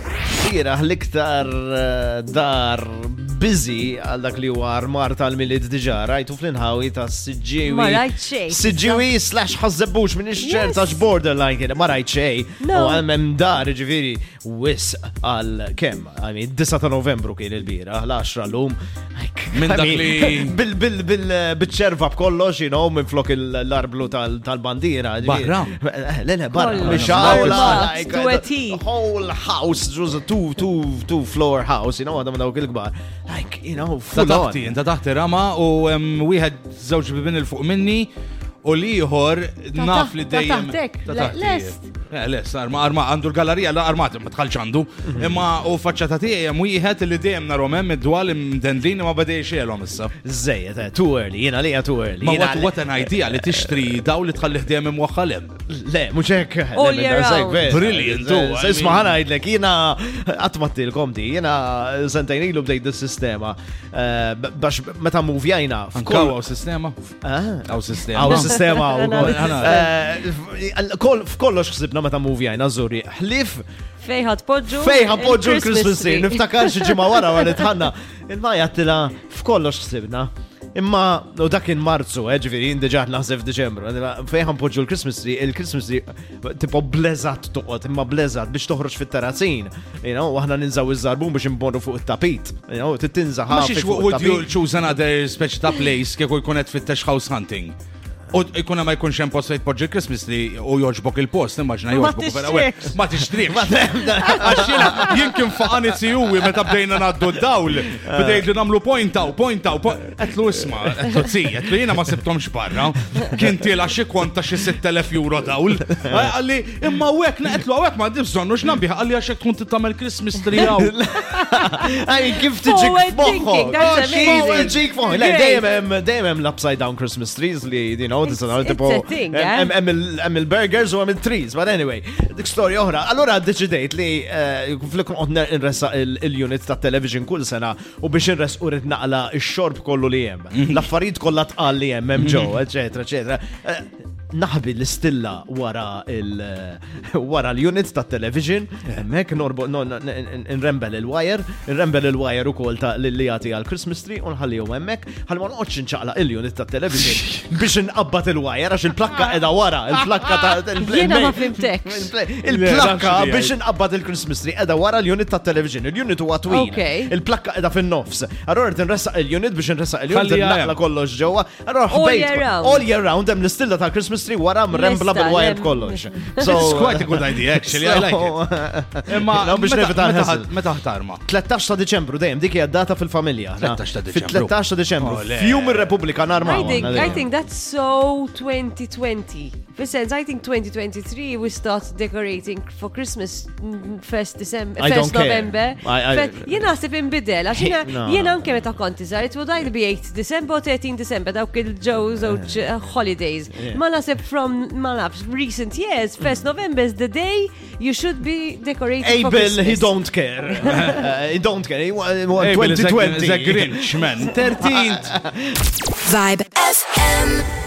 il-bieraħ l-iktar eh, dar busy għal dak li huwa armar tal-miliet diġà rajtu fl-inħawi ta' Ma siġġiwi. rajt xejn. Siġġiwi slash ħazzebbux minn iċċert Yes. għax borderline kien, ma rajt xej. U No. għalmem dar ġifiri wis għal kem, għami 9 ta' novembru kien il-bieraħ, l-10 l-lum. Minn dak li- Bil-ċerva b'kollox, you know, minn flok l-arblu tal-bandira. Barra. Le, le, barra. Kollox. Biex Barra. għawla, like, Duetti. whole house, it was a two, two, two floor house, you know, għadam dawk il-gbar. Like, you know, Ta' full taħti, on. ta' taħti rama u em, wieħed żewġ bibin il fuq minni u liħor Ta' naf taħt- li ta' dejjem. taħtek, ta' le- taħti. lest. Eh, Lest, arma, arma, għandu l-gallerija, la armat, ma tħalx għandu. Imma u faċċata tiegħi hemm wieħed li dejjem narhom hemm id-dwal imdendlin ma badej xielhom issa. Zzejet, eh, too early, jena li too early. Ma jina what, le- what an idea li tixtri daw li tħallih dejjem imwaħħal hemm. Le, muċek. All year round. Brilliant, u, I Isma mean- ħana għidlek, jina għatmattilkom di, jina sentajn ilu bdejt il-sistema. Bax, meta muvjajna. Ankaw għaw sistema? Għaw sistema. Ah, Għaw Eh, sistema u Għaw koll. F'kollox xsibna meta muvjajna, zuri. Hlif Fejħat poġġu. fejħa poġġu il-Christmas l-Christmas tree. tree. Niftakar xi ġimgħa wara għal tħanna. Il-majja tila f'kollox ħsibna. Imma u dak in Marzu, eh, ġifieri jien diġà naħseb f'Diċembru. Fejħa npoġġu l-Christmas tree, il-Christmas tree eh, tipo bleżat toqgħod, imma bleżat biex toħroġ fit-terrazzin. You know, aħna ninżaw iż-żarbun biex imborru fuq it-tapit. You know, titinża Ma ħafna. xiex would you choose another special ta' place kieku jkun qed fittex house hunting? U jkun ma jkunx hemm post fejn tpoġġi l-Christmas li u joġbok il-post, immaġna Ma joġbok vera tixtriex. Ma tixtrieq. Għax jiena jien kien faqani sijuwi meta bdejna ngħaddu d-dawl. Bdejdu nagħmlu pointa u pointa u qedlu isma, qedlu zi, qedlu jiena ma sibtomx barra. Kien tiela xi kwanta xi 6000 euro dawl. Għalli imma hekk naqetlu hawnhekk ma dibżonnu x'nambiħ għalli għax hekk tkun tagħmel Christmas tree hawn. Għaj, kif tiġik Forward f'moħħok? thinking, that's Għax, Oh, forward amazing. Ġik f'moħħok. Le, Great. dejjem hemm dejjem hemm l-upside down Christmas trees li, you know, this is It's- tipo it's a thing, eh? hemm- hemm il- hemm il-burgers u hemm il-trees, but anyway, dik storja oħra. Allura deċidejt li eh, flikum qodna nressa il-unit ta' television kull sena u biex nres u rrid naqla x-xorb kollu li hemm. Mhm. L-affarijiet kollha tqal li hemm hemm ġew, eċetera, eċetera. Eh, Naħbi l-istilla wara il- wara l-unit ta' television, hemmhekk norbo no, no, n- n- nrembel il-wire, nrembel il-wire ukoll ta' li jagħti għal Christmas tree u nħallihom hemmhekk, ħalma noqgħodx inċaqla il-unit ta' television biex inqabbat il-wire għax il-plakka qiegħda wara, il-plakka ta' il- Jiena ma il- fimtekx. il- Le, Il-plakka nafx li biex għaj. inqabbad il-Christmas tree qiegħda wara l-unit ta' television, il-unit huwa twil. Okay. Il-plakka qiegħda fin-nofs. Allura tinressaq il-unit biex inressaq il-unit Ħallija naqla hemm. kollox ġewwa. Allura All ħbejt- year round. All year round hemm l-istilla ta' Christmas tree wara mrembla Lista, bil-wire lem. kollox. It's quite a good idea, actually, I like it. Imma No, biex meta- nevita meta- l-hassle. Meta ħtarma? 13 ta' Deċembru dejjem dik hija data fil-familja. aħna. 13 ta' Fit- Diċembru. 13 ta' Deċembru. Oh, le. Fjum ir-Repubblika narma. I think, I think that's so 2020. For sense, I think 2023 we start decorating for Christmas mm, first December, I first don't care. November. I- I- Fet- Jena għasib imbidel, għax No, jena jena no. anke meta konti zar, it would either be 8 December or 13 December, dawk il-ġew Eh. żewġ uh, holidays. Ma nasib from, ma nafx, recent years, first November is the day you should be decorating for Abel, Christmas. he don't care. Uh, he don't care. He wa- he wa- إيه، Abel is a- 2020. is a Grinch, man. 13th. Vibe FM.